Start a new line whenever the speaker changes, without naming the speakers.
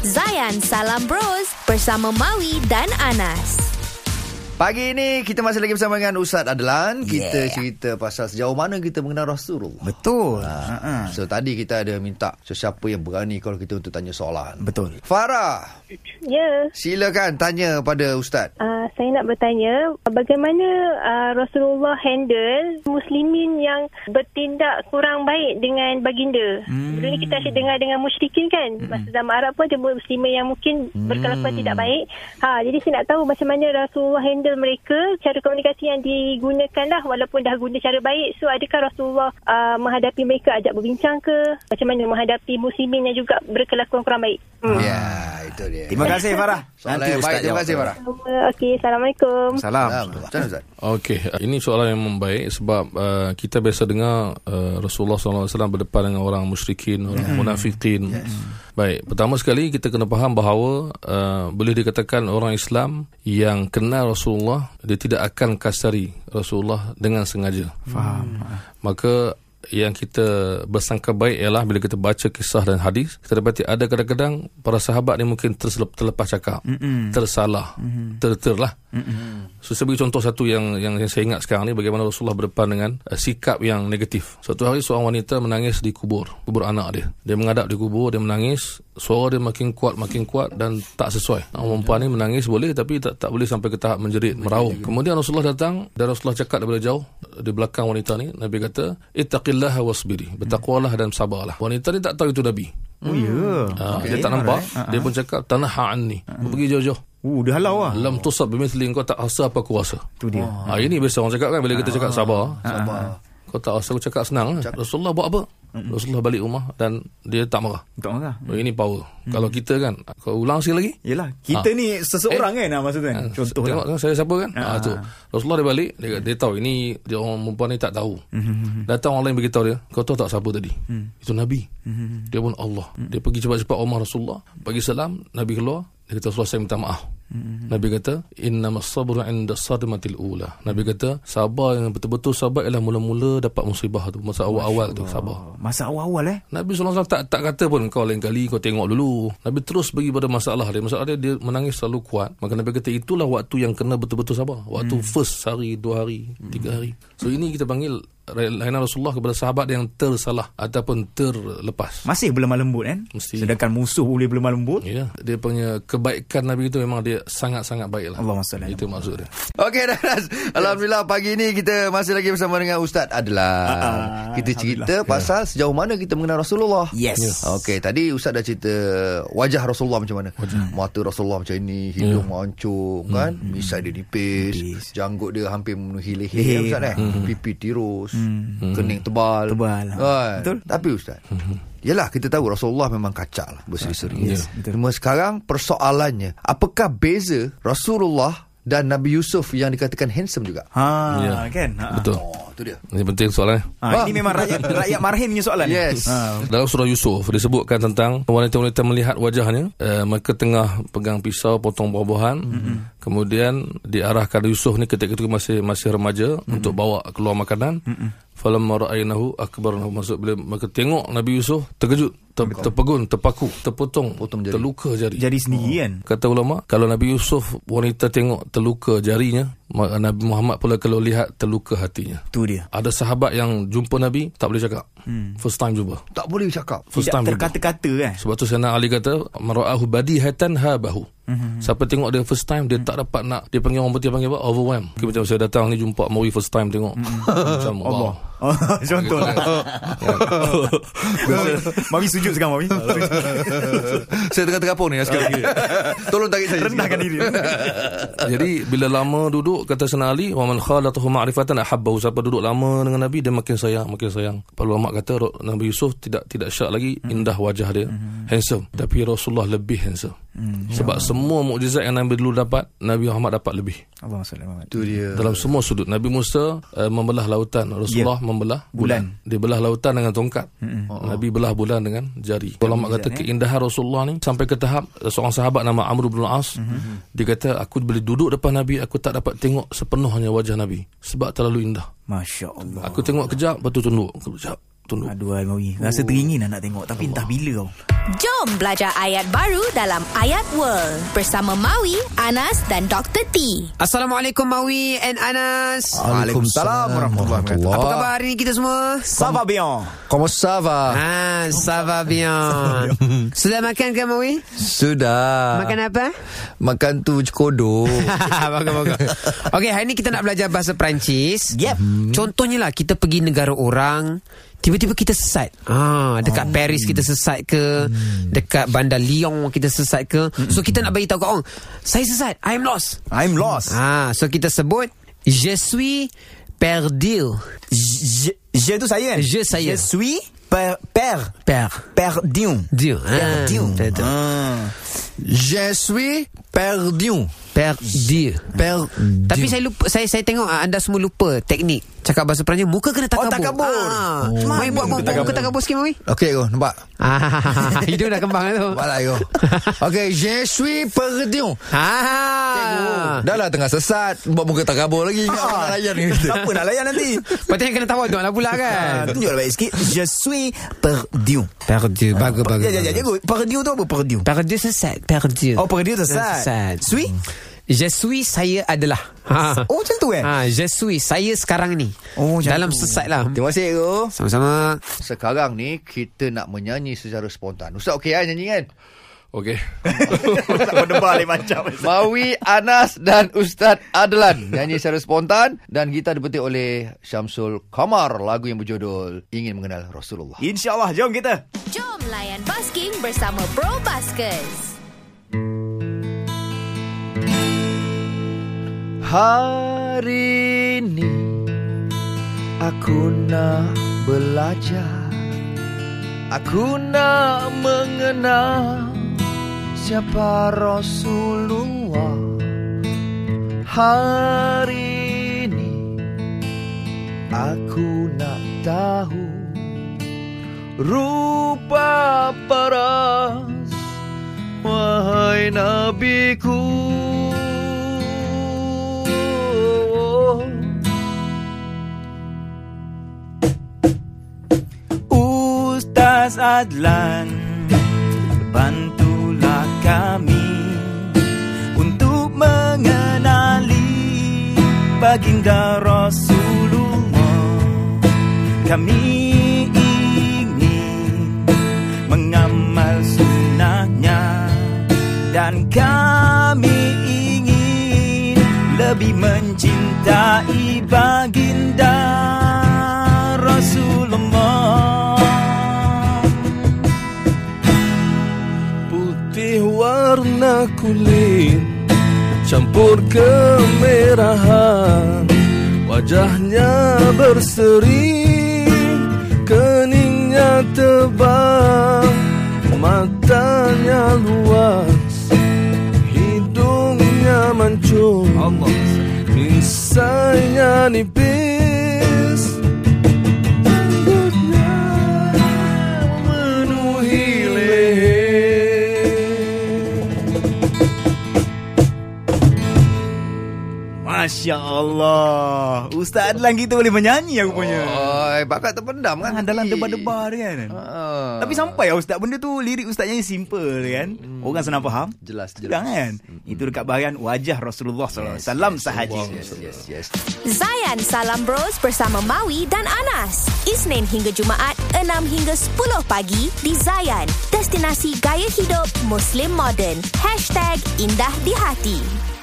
Zayan Salam Bros bersama Maui dan Anas.
Pagi ini kita masih lagi bersama dengan Ustaz Adlan. Kita
Yeah.
cerita pasal sejauh mana kita mengenal Rasulullah.
Betul. Ha. Ha.
So tadi kita ada minta sesiapa yang berani kalau kita untuk tanya soalan.
Betul.
Farah,
Ya,
silakan tanya pada Ustaz.
uh, saya nak bertanya bagaimana uh, Rasulullah handle muslimin yang bertindak kurang baik dengan baginda. Hmm. Dulu ni kita asyik dengar dengan musyrikin kan. Hmm. Masa zaman Arab pun ada muslimin yang mungkin berkelakuan tidak baik. Ha, jadi saya nak tahu macam mana Rasulullah handle mereka, cara komunikasi yang digunakan lah walaupun dah guna cara baik. So adakah Rasulullah uh, menghadapi mereka ajak berbincang ke? Macam mana menghadapi muslimin yang juga berkelakuan kurang baik?
Ya,
Hmm.
itu dia.
Terima kasih Farah.
Soalan yang baik. Terima kasih Farah.
Okey, Assalamualaikum.
Salam.
Alhamdulillah. Macam mana Ustaz?
Okey, ini soalan yang membaik sebab uh, kita biasa dengar uh, Rasulullah SAW berdepan dengan orang musyrikin, orang
Hmm.
munafikin. Baik, pertama sekali kita kena faham bahawa uh, boleh dikatakan orang Islam yang kenal Rasulullah dia tidak akan kasari Rasulullah dengan sengaja.
Faham.
Maka yang kita bersangka baik ialah bila kita baca kisah dan hadis kita dapati ada kadang-kadang para sahabat ni mungkin terselep, terlepas cakap
Mm-mm.
tersalah mm-hmm. terterlah mm-hmm. so saya bagi contoh satu yang, yang yang saya ingat sekarang ni bagaimana Rasulullah berdepan dengan uh, sikap yang negatif suatu hari seorang wanita menangis di kubur kubur anak dia dia menghadap di kubur dia menangis suara dia makin kuat makin kuat dan tak sesuai orang perempuan ni menangis boleh tapi tak tak boleh sampai ke tahap menjerit meraung kemudian Rasulullah datang dan Rasulullah cakap daripada jauh di belakang wanita ni Nabi kata ittaqillaha wasbiri bertakwalah dan sabarlah wanita ni tak tahu itu Nabi
Oh ya. Yeah.
Ha, okay, dia tak nampak right. Dia pun cakap Tanaha anni uh-huh. Pergi jauh-jauh
Uh, dia halau lah.
Ah, Lam tusab bimithli Kau tak rasa apa aku rasa
Tu dia.
ha, Ini biasa orang cakap kan Bila kita cakap sabar Ah,
Sabar.
Kau tak rasa aku cakap senang lah. Rasulullah buat apa Rasulullah balik rumah Dan dia tak marah
Tak marah.
oh, Ini power Kalau kita kan Kau ulang sekali lagi
Yelah, kita ni seseorang kan ah, maksudnya.
Ha,
Contoh
Tengok
lah.
kan saya siapa kan
Ah.
ha, tu. Rasulullah dia balik Dia, dia tahu Ini dia orang perempuan ni tak tahu
Hmm,
Datang orang lain beritahu dia Kau tahu tak siapa tadi Itu Nabi
Hmm,
Dia pun Allah Dia pergi cepat-cepat rumah Rasulullah Bagi salam Nabi keluar Dia kata Rasulullah saya minta maaf
Hmm,
Nabi kata innamas sabru inda sadmatil ula Nabi kata sabar yang betul-betul sabar ialah mula-mula dapat musibah tu masa awal-awal tu
Oh,
sabar
Masa awal-awal eh.
Nabi SAW tak, tak kata pun kau lain kali kau tengok dulu. Nabi terus pergi pada masalah dia. Masalah dia, dia menangis selalu kuat. Maka Nabi kata itulah waktu yang kena betul-betul sabar. Waktu hmm. first hari, dua hari, hmm. tiga hari. So ini kita panggil layanan Rasulullah kepada sahabat yang tersalah ataupun terlepas.
Masih belemah lembut kan?
Mesti.
Sedangkan musuh boleh belemah lembut.
Ya, dia punya kebaikan Nabi itu memang dia sangat-sangat baiklah.
Allahumma salli ala
Itu maksud dia.
Okey Danas. Alhamdulillah pagi ini kita masih lagi bersama dengan Ustaz Adlan. kita cerita pasal sejauh mana kita mengenal Rasulullah.
Yes. Ya.
Okey, tadi Ustaz dah cerita wajah Rasulullah macam mana. Hmm. Mata Rasulullah macam ini, hidung mancung kan, misai dia nipis,
Nipis.
janggut dia hampir memenuhi leher kan, Ustaz eh. Pipi tirus, kening tebal.
Tebal.
Kan?
Betul.
Tapi Ustaz, Yelah kita tahu Rasulullah memang kacak lah Berseri-seri
Yes,
betul.
Cuma sekarang persoalannya Apakah beza Rasulullah dan Nabi Yusuf yang dikatakan handsome juga?
Ha,
Ya.
kan? Ha.
Betul.
Oh, itu dia.
Ini penting soalannya.
Ha, ini memang rakyat rakyat marhin punya soalan. ni.
Yes.
Ha,
Dalam surah Yusuf disebutkan tentang wanita-wanita melihat wajahnya, uh, mereka tengah pegang pisau potong buah-buahan, mm-hmm. kemudian diarahkan Yusuf ni ketika itu masih masih remaja mm-hmm. untuk bawa keluar makanan. Mm-hmm. Falamma ra'aynahu akbarnahu maksud bila mereka tengok Nabi Yusuf terkejut, ter, terpegun, terpaku, terpotong,
Potong jari.
terluka jari.
jadi sendiri kan?
Kata ulama, kalau Nabi Yusuf wanita tengok terluka jarinya, ma- Nabi Muhammad pula kalau lihat terluka hatinya.
Tu dia.
Ada sahabat yang jumpa Nabi tak boleh cakap. Hmm. First time jumpa.
Tak boleh cakap.
First
Tidak
time jumpa.
terkata-kata kan?
Sebab tu Sayyidina Ali kata maraahu badihatan habahu. Mm-hmm. Siapa tengok dia first time dia tak dapat nak dia panggil orang putih panggil apa overwhelm. Okay, macam saya datang ni jumpa Mawi first time tengok. macam Allah.
Oh, contoh lah. Mami sujud sekarang, Mami.
Saya tengah terapung ni sekarang. Tolong tarik saya.
Rendahkan diri.
Jadi bila lama duduk kata Sayyidina Ali wa man khalatahu ma'rifatan ahabbahu siapa duduk lama dengan Nabi dia makin sayang makin sayang. Para ulama kata Ro- Nabi Yusuf tidak tidak syak lagi indah wajah dia handsome tapi Rasulullah lebih handsome. Sebab semua mukjizat yang Nabi dulu dapat Nabi Muhammad dapat lebih.
Allahumma salli Muhammad.
Itu dia.
dalam semua sudut Nabi Musa uh, membelah lautan Rasulullah yeah. membelah
Bulan.
dia belah lautan dengan tongkat mm-hmm. Nabi belah bulan dengan jari ulama
mukjizat,
kata
eh?
keindahan Rasulullah ni sampai ke tahap uh, seorang sahabat nama Amr bin As mm-hmm. dia kata aku boleh duduk depan Nabi aku tak dapat tengok sepenuhnya wajah Nabi sebab terlalu indah
Masya Allah.
aku tengok kejap lepas tu tunduk kejap tunduk.
Aduh Almawi Rasa teringin lah nak tengok Tapi entah bila kau
Jom belajar ayat baru dalam Ayat World bersama Maui, Anas dan Dr. T.
Assalamualaikum Mawi and Anas.
Waalaikumsalam warahmatullahi wabarakatuh. Ha?
Apa khabar hari ni kita semua?
Sava Bion
Como ça va?
Ah, ça va bien. Sudah makan ke Mawi?
Sudah.
Makan apa?
Makan tu cekodo.
bagus, bagus. Okey, hari ni kita nak belajar bahasa Perancis.
Yep.
Contohnya lah, kita pergi negara orang, tiba-tiba kita sesat. Ah, dekat oh. Paris kita sesat ke, dekat bandar Lyon kita sesat ke. So kita nak bagi tahu kat orang, saya sesat, I'm lost.
I'm lost
Ah, so kita sebut je suis perdu.
Je, je tu saya kan?
Je saya.
Je suis per, per,
Per.
perdu.
Dieu. Ah,
Perdu.
betul-betul.
Ah.
Je suis perdu.
Perdu.
Perdu.
Tapi saya lupa saya saya tengok ah, anda semua lupa teknik cakap bahasa Perancis muka kena takabur.
Oh, takabur.
Ah. Oh. Mai buat buat buat muka takabur sikit mai.
Okey kau nampak?
Ah, hidung dah kembang tu.
Nampak lah kau. Okey, je suis perdu.
Ah.
Dah lah tengah sesat Buat muka tak kabur lagi Ingat orang nak Ah, layan ni kita
Ah, Siapa nak layan nanti?
Patutnya kena tawaduk lah pula
Ah,
kan.
tunjuklah baik sikit. Je suis perdu.
Perdu. Bagus bagus.
Ya, ya, ya, cikgu. Perdu tu apa perdu?
Perdu sesat. Perdu.
Oh, perdu sesat.
Sesat.
Suis?
Je suis saya adalah. Ha.
Oh, macam tu eh?
Ha, je suis saya sekarang ni.
Oh, macam
Dalam
tu.
sesat lah.
Terima kasih Ego
Sama-sama.
Sekarang ni Kita nak menyanyi secara spontan Ustaz okey kan nyanyi kan
Okey.
Tak berdebar lain macam.
Mawi Anas dan Ustaz Adlan Nyanyi secara spontan Dan kita dipetik oleh Syamsul Kamar Lagu yang berjudul Ingin Mengenal Rasulullah
InsyaAllah, jom kita.
Jom layan basking bersama Bro Baskers.
Hari ini aku nak belajar Aku nak mengenal siapa Rasulullah Hari ini aku nak tahu Rupa paras Wahai Nabiku
Ustaz Adlan Bantulah kami Untuk mengenali Baginda Rasulullah Kami ingin Mengamal sunnahnya Dan kami ingin Lebih mencintai baginda Rasulullah
Putih warna kulit Campur kemerahan Wajahnya berseri Keningnya tebal Matanya luas Hidungnya mancung Allah Misalnya nipis Rambutnya memenuhi leher
Masya Allah Ustaz Adlan kita boleh menyanyi aku punya
Oi, bakat terpendam kan
Ah, dalam debar-debar dia kan
Oh. Ah.
Tapi sampai lah Ustaz Benda tu lirik Ustaz nyanyi simple kan Orang senang faham
Hmm. Jelas,
Sedang
jelas. Hmm.
kan Itu dekat bahagian wajah Rasulullah SAW sahaja
Yes, yes, yes.
Zayan Salam Bros bersama Maui dan Anas. Isnin hingga Jumaat 6 hingga 10 pagi di Zayan. Destinasi gaya hidup Muslim modern. #IndahDiHati.